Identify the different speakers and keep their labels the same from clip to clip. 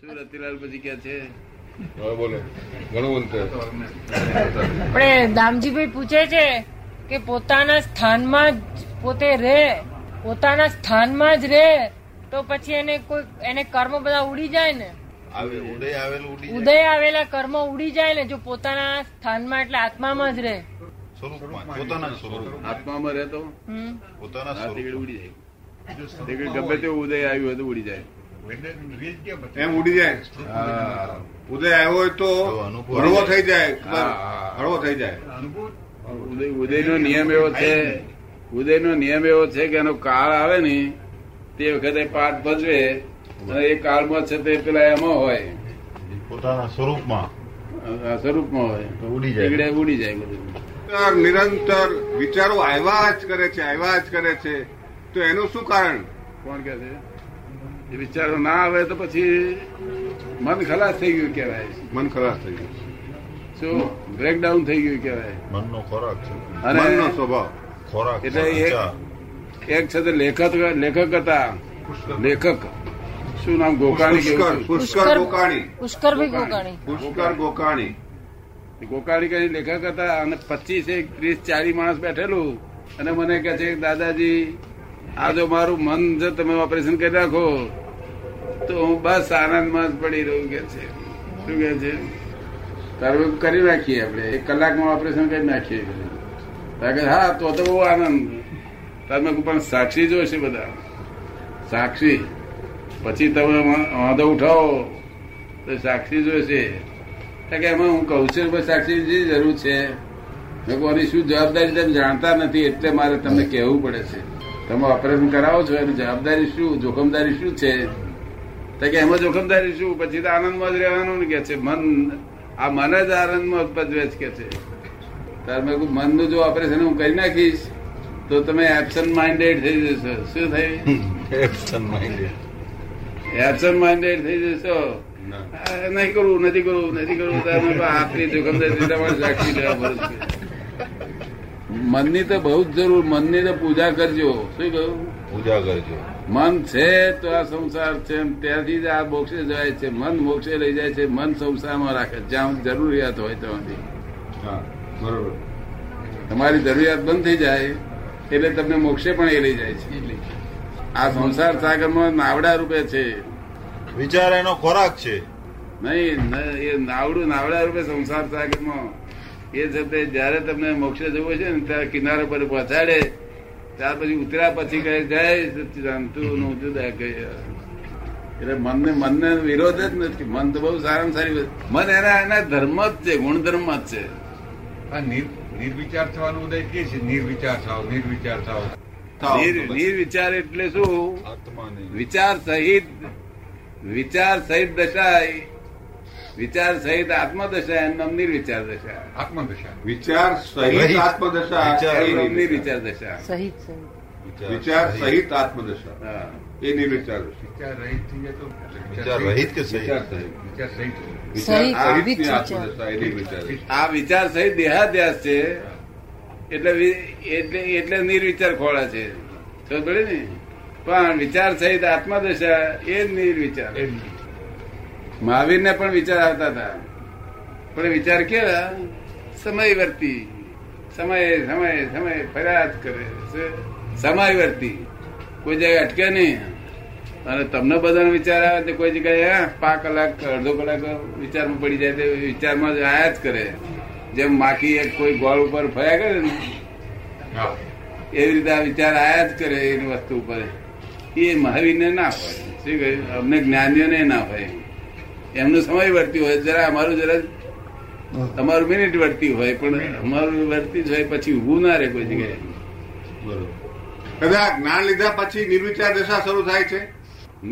Speaker 1: શું રતિલાલ પછી કે છે
Speaker 2: હવે બોલો ઘણું અંતર
Speaker 3: પણ એ દામજીભાઈ પૂછે છે કે પોતાના સ્થાનમાં જ પોતે રહે પોતાના સ્થાનમાં જ રહે તો પછી એને કોઈ એને કર્મ બધા ઉડી જાય ને
Speaker 4: આવે ઉદય આવેલું ઉડી જાય
Speaker 3: ઉદય આવેલા કર્મ ઉડી જાય ને જો પોતાના સ્થાનમાં એટલે આત્મામાં જ રહે
Speaker 4: સ્વરૂપમાં પોતાના સ્વરૂપ
Speaker 1: આત્મામાં રહેતો
Speaker 3: હમ.
Speaker 4: પોતાના
Speaker 1: આ તીકડ
Speaker 4: સ્વરૂપ
Speaker 1: ઉડી જાય તીકડ ગમે તે ઉદય આવ્યું હોય તો ઉડી જાય
Speaker 2: એમ ઉડી જાય ઉદય આવ્યો હોય તો
Speaker 4: તો અનુભવ.
Speaker 2: હળવો થઈ જાય
Speaker 1: હા.
Speaker 2: હળવો થઈ જાય
Speaker 1: ઉદય ઉદયનો નિયમ એવો છે ઉદયનો નિયમ એવો છે કે એનો કાળ આવે ને તે વખતે પાઠ ભજવે અને એ કાળમાં છે તે પેલા એમાં હોય
Speaker 4: પોતાના સ્વરૂપમાં
Speaker 1: આ સ્વરૂપમાં હોય
Speaker 4: તો ઉડી જાય.
Speaker 1: તીકડે ઉડી જાય બધું
Speaker 2: નિરંતર નિરંતર વિચારો આવ્યા જ કરે છે આવ્યા જ કરે છે તો એનું શું કારણ
Speaker 1: કોણ કે છે એ વિચારો ના આવે તો પછી મન ખલાસ થઈ ગયું કહેવાય
Speaker 2: મન ખલાસ થઈ ગયું
Speaker 1: શું બ્રેકડાઉન થઈ ગયું કહેવાય
Speaker 4: મનનો ખોરાક છે
Speaker 2: મનનો
Speaker 1: અને
Speaker 2: સ્વભાવ
Speaker 4: ખોરાક
Speaker 1: એટલે એ-
Speaker 4: ચા.
Speaker 1: એક છે તે લેખક લેખક હતા લેખક શું નામ ગોકાણી કેવું છે?
Speaker 2: પુષ્કર પુષ્કર ગોકાણી
Speaker 3: પુષ્કરભાઈ ગોકાણી
Speaker 2: પુષ્કર ગોકાણી
Speaker 1: ગોકાણી કઈ લેખક હતા અને પચીસ એક ત્રીસ ચાલીસ માણસ બેઠેલું અને મને કહે છે કે દાદાજી આ જો મારું મન જો તમે ઓપરેશન કરી નાખો તો હું બસ આનંદમાં જ પડી રહું કે છે શું કે છે તારું એવું કરી નાખીએ આપણે એક કલાકમાં ઓપરેશન કરી નાખીએ તારે કહે, હા તો તો બહુ આનંદ તારે મેં કીધું, પણ સાક્ષી જોઈશે બધા સાક્ષી પછી તમે વાંધો ઉઠાવો તો સાક્ષી જોઈશે તો કે એમાં હું કહું છું પણ સાક્ષી જે જરૂર છે મેં કોની શું જવાબદારી તમે જાણતા નથી એટલે મારે તમને કહેવું પડે છે તમે ઓપરેશન કરાવો છો એની જવાબદારી શું જોખમદારી શું છે તો કે એમાં જોખમદારી શું પછી તો આનંદમાં જ રહેવાનું ને કે છે મન આ મન જ આનંદમાં ઉપજવે છે કે છે તારે મેં કીધું મનનું જો ઓપરેશન હું કરી નાખીશ તો તમે એબસન્ટ માઇન્ડેડ થઈ જશો શું થયું
Speaker 4: Absent minded.
Speaker 1: એબસન્ટ માઇન્ડેડ થઈ જશો આ નહીં કરવું નથી કરવું નથી કરવું તો અમે આપણી જોખમદારી તમારે રાખી લેવા પડે છે. મનની તો બહુ જ જરૂર મનની તો પૂજા કરજો શું કહ્યું
Speaker 4: પૂજા કરજો
Speaker 1: મન છે તો આ સંસાર છે ને ત્યાંથી જ આ મોક્ષે જાય છે મન મોક્ષે લઈ જાય છે મન સંસારમાં રાખે છે, જ્યાં જરૂરિયાત હોય ત્યાંથી
Speaker 2: હા બરોબર
Speaker 1: તમારી જરૂરિયાત બંધ થઈ જાય એટલે તમને મોક્ષે પણ એ લઈ જાય છે આ સંસાર સાગરમાં નાવડા રૂપે છે
Speaker 4: વિચાર એનો ખોરાક છે
Speaker 1: નહીં ન- એ નાવડું નાવડા રૂપે સંસાર સાગરમાં એ છે તે જયારે તમને મોક્ષે જવું છે ને ત્યારે કિનારા પર પહોંચાડે ત્યાર પછી ઉતર્યા પછી કહે જાય સચ્ચિદાનતું નું જુદા કહે એટલે મનને મનને વિરોધ જ નથી મન તો બહુ સારામાં સારી વસ્તુ. મન એના એના ધર્મ જ છે ગુણધર્મ જ છે
Speaker 5: આ નિર- નિર્વિચાર થવાનું ઉદય કે છે નિર્વિચાર થાવ નિર્વિચાર થાવ
Speaker 2: થાવ.
Speaker 1: નિર- નિર્વિચાર એટલે શું
Speaker 2: આત્માને
Speaker 1: વિચાર સહિત વિચાર સહિત દશા એ- વિચાર સહિત આત્મદશા એમ નામની વિચાર દશા
Speaker 5: આત્મદશા
Speaker 2: વિચાર સહિત
Speaker 4: રહિત.
Speaker 2: આત્મદશા
Speaker 4: વિચાર
Speaker 2: એ
Speaker 1: એમ નામની
Speaker 2: નિર્વિચાર.
Speaker 1: વિચાર દશા
Speaker 3: સહિત સહિત
Speaker 2: વિચાર સહિત આત્મદશા
Speaker 1: હા.
Speaker 2: એ નિર્વિચાર દશા.
Speaker 5: વિચાર રહિત થઈ જાય તો
Speaker 4: વિચાર રહિત કે સહિત
Speaker 2: વિચાર સહિત
Speaker 5: વિચાર સહિત હોય.
Speaker 3: સહિત,
Speaker 2: વિચાર સહિતની
Speaker 3: વિચાર.
Speaker 2: આત્મદશા એ નિર્વિચાર દશા.
Speaker 1: આ વિચાર સહિત દેહાધ્યાસ છે એટલે વિ- એટલે એટલે નિર્વિચાર ખોળા છે ખબર પડી ને પણ વિચાર સહિત આત્મદશા એ જ નિર્વિચાર
Speaker 5: એમ
Speaker 1: મહાવીરને પણ વિચાર આવતા હતા પણ વિચાર કેવા સમયવર્તી સમયે સમયે સમયે ફરિયાદ કરે શું? સમયવર્તી કોઈ જગ્યાએ અટકે નહીં અને તમને બધાનો વિચાર આવે તો કોઈ જગ્યાએ હા, પાંચ કલાક અડધો કલાક વિચારમાં પડી જાય તો વિચારમાં જ આયા જ કરે જેમ માખી એક કોઈ ગોળ ઉપર ફર્યા કરે ને
Speaker 5: હા
Speaker 1: એવી રીતે આ વિચાર આયા જ કરે એની વસ્તુ ઉપર એ મહાવીરને ના હોય શું કહ્યું અમને જ્ઞાનીઓને ના હોય એમનું સમય વર્તી હોય જરા અમારું જરા તમારું મિનિટ વર્તી હોય પણ અમારું વર્તી જ હોય પછી ઊભું ના રહે કોઈ જગ્યાએ
Speaker 2: દાદા જ્ઞાન લીધા પછી નિર્વિચાર દશા શરૂ થાય છે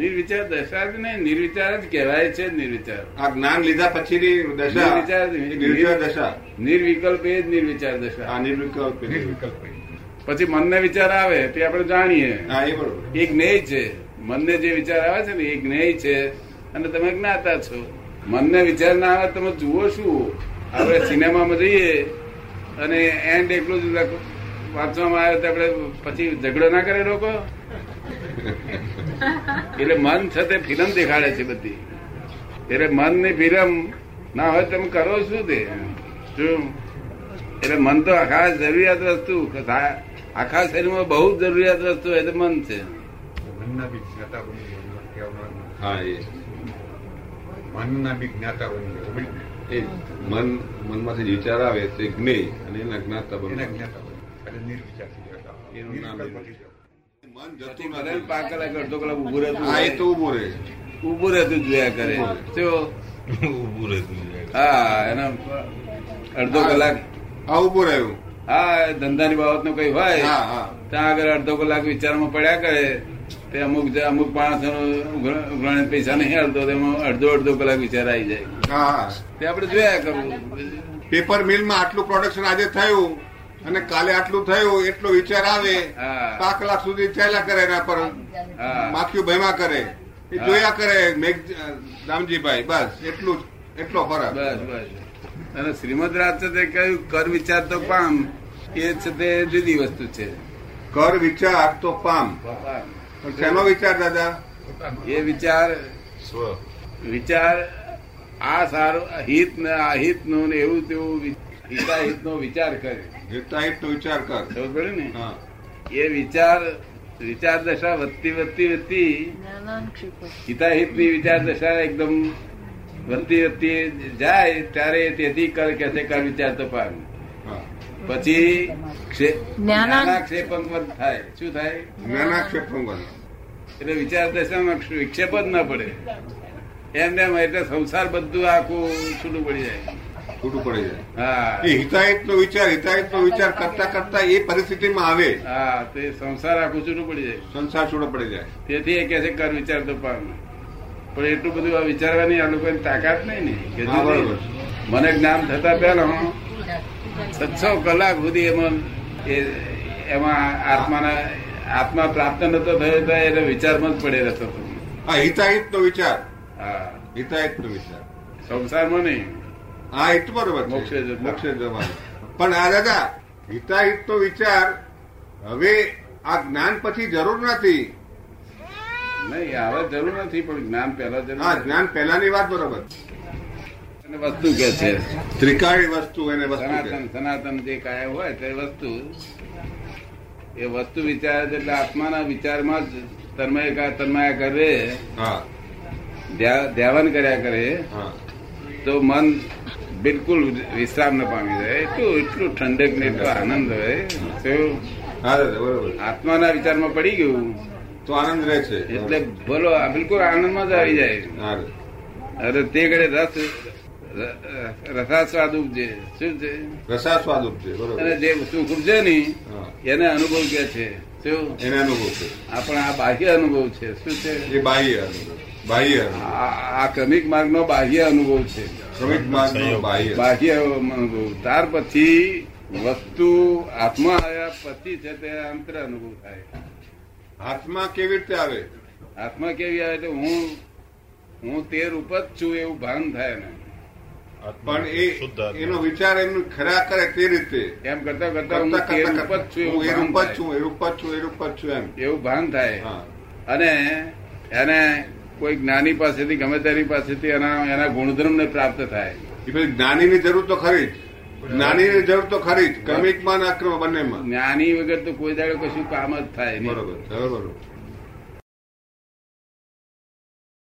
Speaker 1: નિર્વિચાર દશા જ નહીં નિર્વિચાર જ કહેવાય છે નિર્વિચાર
Speaker 2: આ જ્ઞાન લીધા પછીની દશા
Speaker 1: નિર્વિચાર-
Speaker 2: એ નિર્વિચાર દશા
Speaker 1: નિર્વિકલ્પ એ જ નિર્વિચાર
Speaker 2: આ
Speaker 1: દશા
Speaker 2: નિર્વિકલ્પ
Speaker 5: નિર્વિકલ્પ
Speaker 1: પછી મનને વિચાર આવે તે આપણે જાણીએ
Speaker 2: હા એ બરોબર
Speaker 1: એ જ્ઞેય છે મનને જે વિચાર આવે છે ને એ જ્ઞેય છે અને તમે જ્ઞાતા છો મનને વિચાર ના આવે તમે જુઓ શું આપણે સિનેમામાં જઈએ અને એન્ડ એકલું જ લખ- વાંચવામાં આવે તો આપણે પછી ઝઘડો ના કરે લોકો એટલે મન છે તે ફિલ્મ દેખાડે છે બધી એટલે મનની વિરમ ના હોય તમે કરો શું તે શું એટલે મન તો આખા જરૂરિયાત વસ્તુ આ- આખા શરીરમાં બહુ જ જરૂરિયાત વસ્તુ એટલે મન છે
Speaker 5: મનના બી જ્ઞાતા બની ગયો કહેવાનો
Speaker 2: હા એ
Speaker 5: મનના બી જ્ઞાતા બની ગયો સમજ ને?
Speaker 2: એ જ. મન મનમાંથી જે વિચાર આવે તે જ્ઞેય અને એના જ્ઞાતા બને
Speaker 5: એના જ્ઞાતા બની ગયો. એટલે નિર્વિચાર થઈ ગયો
Speaker 2: એનું નામ
Speaker 5: નિર્વિકલ્પ
Speaker 2: નિર્વિચાર.
Speaker 5: થઈ ગયો.
Speaker 2: મન
Speaker 1: પછી
Speaker 2: જતું
Speaker 1: ભલે
Speaker 2: નથી.
Speaker 1: પાંચ કલાક અડધો કલાક ઉભું
Speaker 2: હા એ
Speaker 1: રહેતું
Speaker 2: તો ઉભો રહે
Speaker 1: ઉભું રહેતું જોયા કરે જો
Speaker 4: ઊભું રહેતું જાય.
Speaker 1: હા એના અડધો કલાક
Speaker 2: આ ઉભો રહ્યું
Speaker 1: હા ધંધાની બાબતનું કઈ હોય
Speaker 2: હા હા
Speaker 1: ત્યાં આગળ અડધો કલાક વિચારમાં પડ્યા કરે તે અમુક જ- અમુક માણસોનો ઉઘરા- ઉઘરાણે પૈસા નહીં હાલતો તેમાં અડધો અડધો કલાક વિચાર આવી જાય
Speaker 2: હા હા
Speaker 1: તે આપણે જોયા કરવું
Speaker 2: પેપર મિલમાં આટલું પ્રોડક્શન આજે થયું અને કાલે આટલું થયું એટલો વિચાર આવે
Speaker 1: હા.
Speaker 2: પાંચ કલાક સુધી ચાલ્યા કરે એના પર
Speaker 1: હા
Speaker 2: માથિયું ભયમાં કરે એ
Speaker 1: હા.
Speaker 2: જોયા કરે મેઘ- દામજીભાઈ બસ એટલું જ એટલો ફરક
Speaker 1: બસ બસ અને શ્રીમદ રાજચંદ્રે કહ્યું કર વિચાર તો પામ એ છે તે જુદી વસ્તુ છે
Speaker 2: કર વિચાર તો પામ પણ શેનો વિચાર દાદા
Speaker 1: એ વિચાર
Speaker 4: સ્વ
Speaker 1: વિચાર આ સારું હિત ને અહિત નું ને એવું તેવું હિતાહિત નો વિચાર કરે
Speaker 2: હિતાહિત નો વિચાર કર
Speaker 1: ખબર પડે ને
Speaker 2: હા
Speaker 1: એ વિચાર વિચાર દશા વધતી વધતી વધતી હિતાહિતની વિચાર દશા એકદમ વધતી વધતી જાય ત્યારે તેથી કર કે છે કર વિચાર તો પાર
Speaker 2: હા
Speaker 1: પછી ક્ષે-
Speaker 3: જ્ઞાના-
Speaker 1: જ્ઞાના ક્ષેપંગવત થાય શું થાય
Speaker 2: જ્ઞાનાક્ષેપંગલ
Speaker 1: એટલે વિચાર દશામાં ક્ષ- વિક્ષેપ જ ન પડે એમને એમ એટલે સંસાર બધું આખું છૂટું પડી જાય
Speaker 2: છૂટું પડી જાય
Speaker 1: હા
Speaker 2: એ હિતાહિત નો વિચાર હિતાહિત નો વિચાર કરતા કરતા એ પરિસ્થિતિમાં આવે
Speaker 1: હા તે સંસાર આખું છૂટું પડી જાય
Speaker 2: સંસાર છૂટો પડી જાય
Speaker 1: તેથી એ કે છે કર વિચાર તો પાર પણ એટલું બધું આ વિચારવાની આ લોકોની તાકાત નહીં ને કે
Speaker 2: હા,
Speaker 1: જુદી.
Speaker 2: બરોબર.
Speaker 1: મને જ્ઞાન થતા પહેલા છસો કલાક સુધી એમાં એ એમાં આત્માના આત્મા પ્રાપ્ત નતો થયો તો એને વિચારમાં જ પડે રહેતો હતો.
Speaker 2: હા હિતાહિત નો વિચાર
Speaker 1: હા
Speaker 2: હિતાહિત નો વિચાર
Speaker 1: સંસારમાં નહીં
Speaker 2: હા એ તો બરોબર છે.
Speaker 1: મોક્ષે જતા.
Speaker 2: મોક્ષે જવાનું પણ આ દાદા હિતાહિત નો વિચાર હવે આ જ્ઞાન પછી જરૂર નથી
Speaker 1: નહીં આવે જરૂર નથી પણ જ્ઞાન પહેલા
Speaker 2: હા
Speaker 1: જરૂર
Speaker 2: જ્ઞાન પહેલાની વાત બરોબર
Speaker 1: અને વસ્તુ કે છે
Speaker 2: ત્રિકાળી વસ્તુ એને વસ્તુ
Speaker 1: સનાતન
Speaker 2: કહેવાય.
Speaker 1: સનાતન જે કાયમ હોય તે વસ્તુ એ વસ્તુ વિચાર છે એટલે આત્માના વિચારમાં જ તન્મયકા તન્માયા કરે
Speaker 2: હા
Speaker 1: ધ્યા- ધ્યાન કર્યા કરે
Speaker 2: હા
Speaker 1: તો મન બિલકુલ વિશ્રામ ન પામી જાય એટલું એટલું ઠંડક ને એટલો આનંદ હોય તો
Speaker 2: હા દાદા બરોબર
Speaker 1: આત્માના વિચારમાં પડી ગયું
Speaker 2: તો આનંદ રહે છે
Speaker 1: એટલે બોલો આ બિલકુલ આનંદમાં જ આવી જાય
Speaker 2: હા
Speaker 1: અરે તે ઘડે રસ ર- રસાસ્વાદ ઉપજે શું છે
Speaker 2: રસાસ્વાદ ઉપજે
Speaker 1: અને
Speaker 2: બરોબર
Speaker 1: જે સુખ ઉપજે ને
Speaker 2: હા.
Speaker 1: એને અનુભવ કે છે શું
Speaker 2: એને અનુભવ છે
Speaker 1: આ પણ આ બાહ્ય અનુભવ છે શું છે
Speaker 2: એ બાહ્ય અનુભવ બાહ્ય અનુભવ
Speaker 1: આ આ ક્રમિક માર્ગનો બાહ્ય અનુભવ છે
Speaker 2: શ્રમિક માર્ગનો બાહ્ય
Speaker 1: બાહ્ય અનુભવ ત્યાર પછી વસ્તુ આત્મા આવ્યા પછી છે તે અંતર અનુભવ થાય
Speaker 2: હાથમાં કેવી રીતે આવે
Speaker 1: આત્મા કેવી આવે એટલે હું હું તે રૂપ જ છું એવું ભાન થાય ને
Speaker 4: આત્મા
Speaker 2: પણ એ
Speaker 4: શુદ્ધ આત્મા.
Speaker 2: એનો વિચાર એમનું ખરા કરે તે રીતે
Speaker 1: એમ કરતા કરતા હું
Speaker 2: કરતા
Speaker 1: તે
Speaker 2: કરતા
Speaker 1: રૂપ જ છું
Speaker 2: કરતા. હું એ
Speaker 1: એવું
Speaker 2: રૂપ
Speaker 1: ભાન
Speaker 2: જ છું એ રૂપ જ છું એ રૂપ જ છું એમ
Speaker 1: થાય. એવું ભાન થાય
Speaker 2: હા
Speaker 1: અને એને કોઈ જ્ઞાની પાસેથી ગમે તેની પાસેથી એના એના ગુણધર્મને પ્રાપ્ત થાય
Speaker 2: એ પછી જ્ઞાનીની જરૂર તો ખરી જ જ્ઞાનીની જરૂર તો ખરી જ ક્રમિકમાં અને અક્રમ બંનેમાં
Speaker 1: જ્ઞાની વગર તો કોઈ દાડે કશું કામ જ થાય નહીં
Speaker 2: બરોબર બરોબર